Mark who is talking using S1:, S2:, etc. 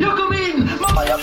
S1: Jag kom in! Mamma, jag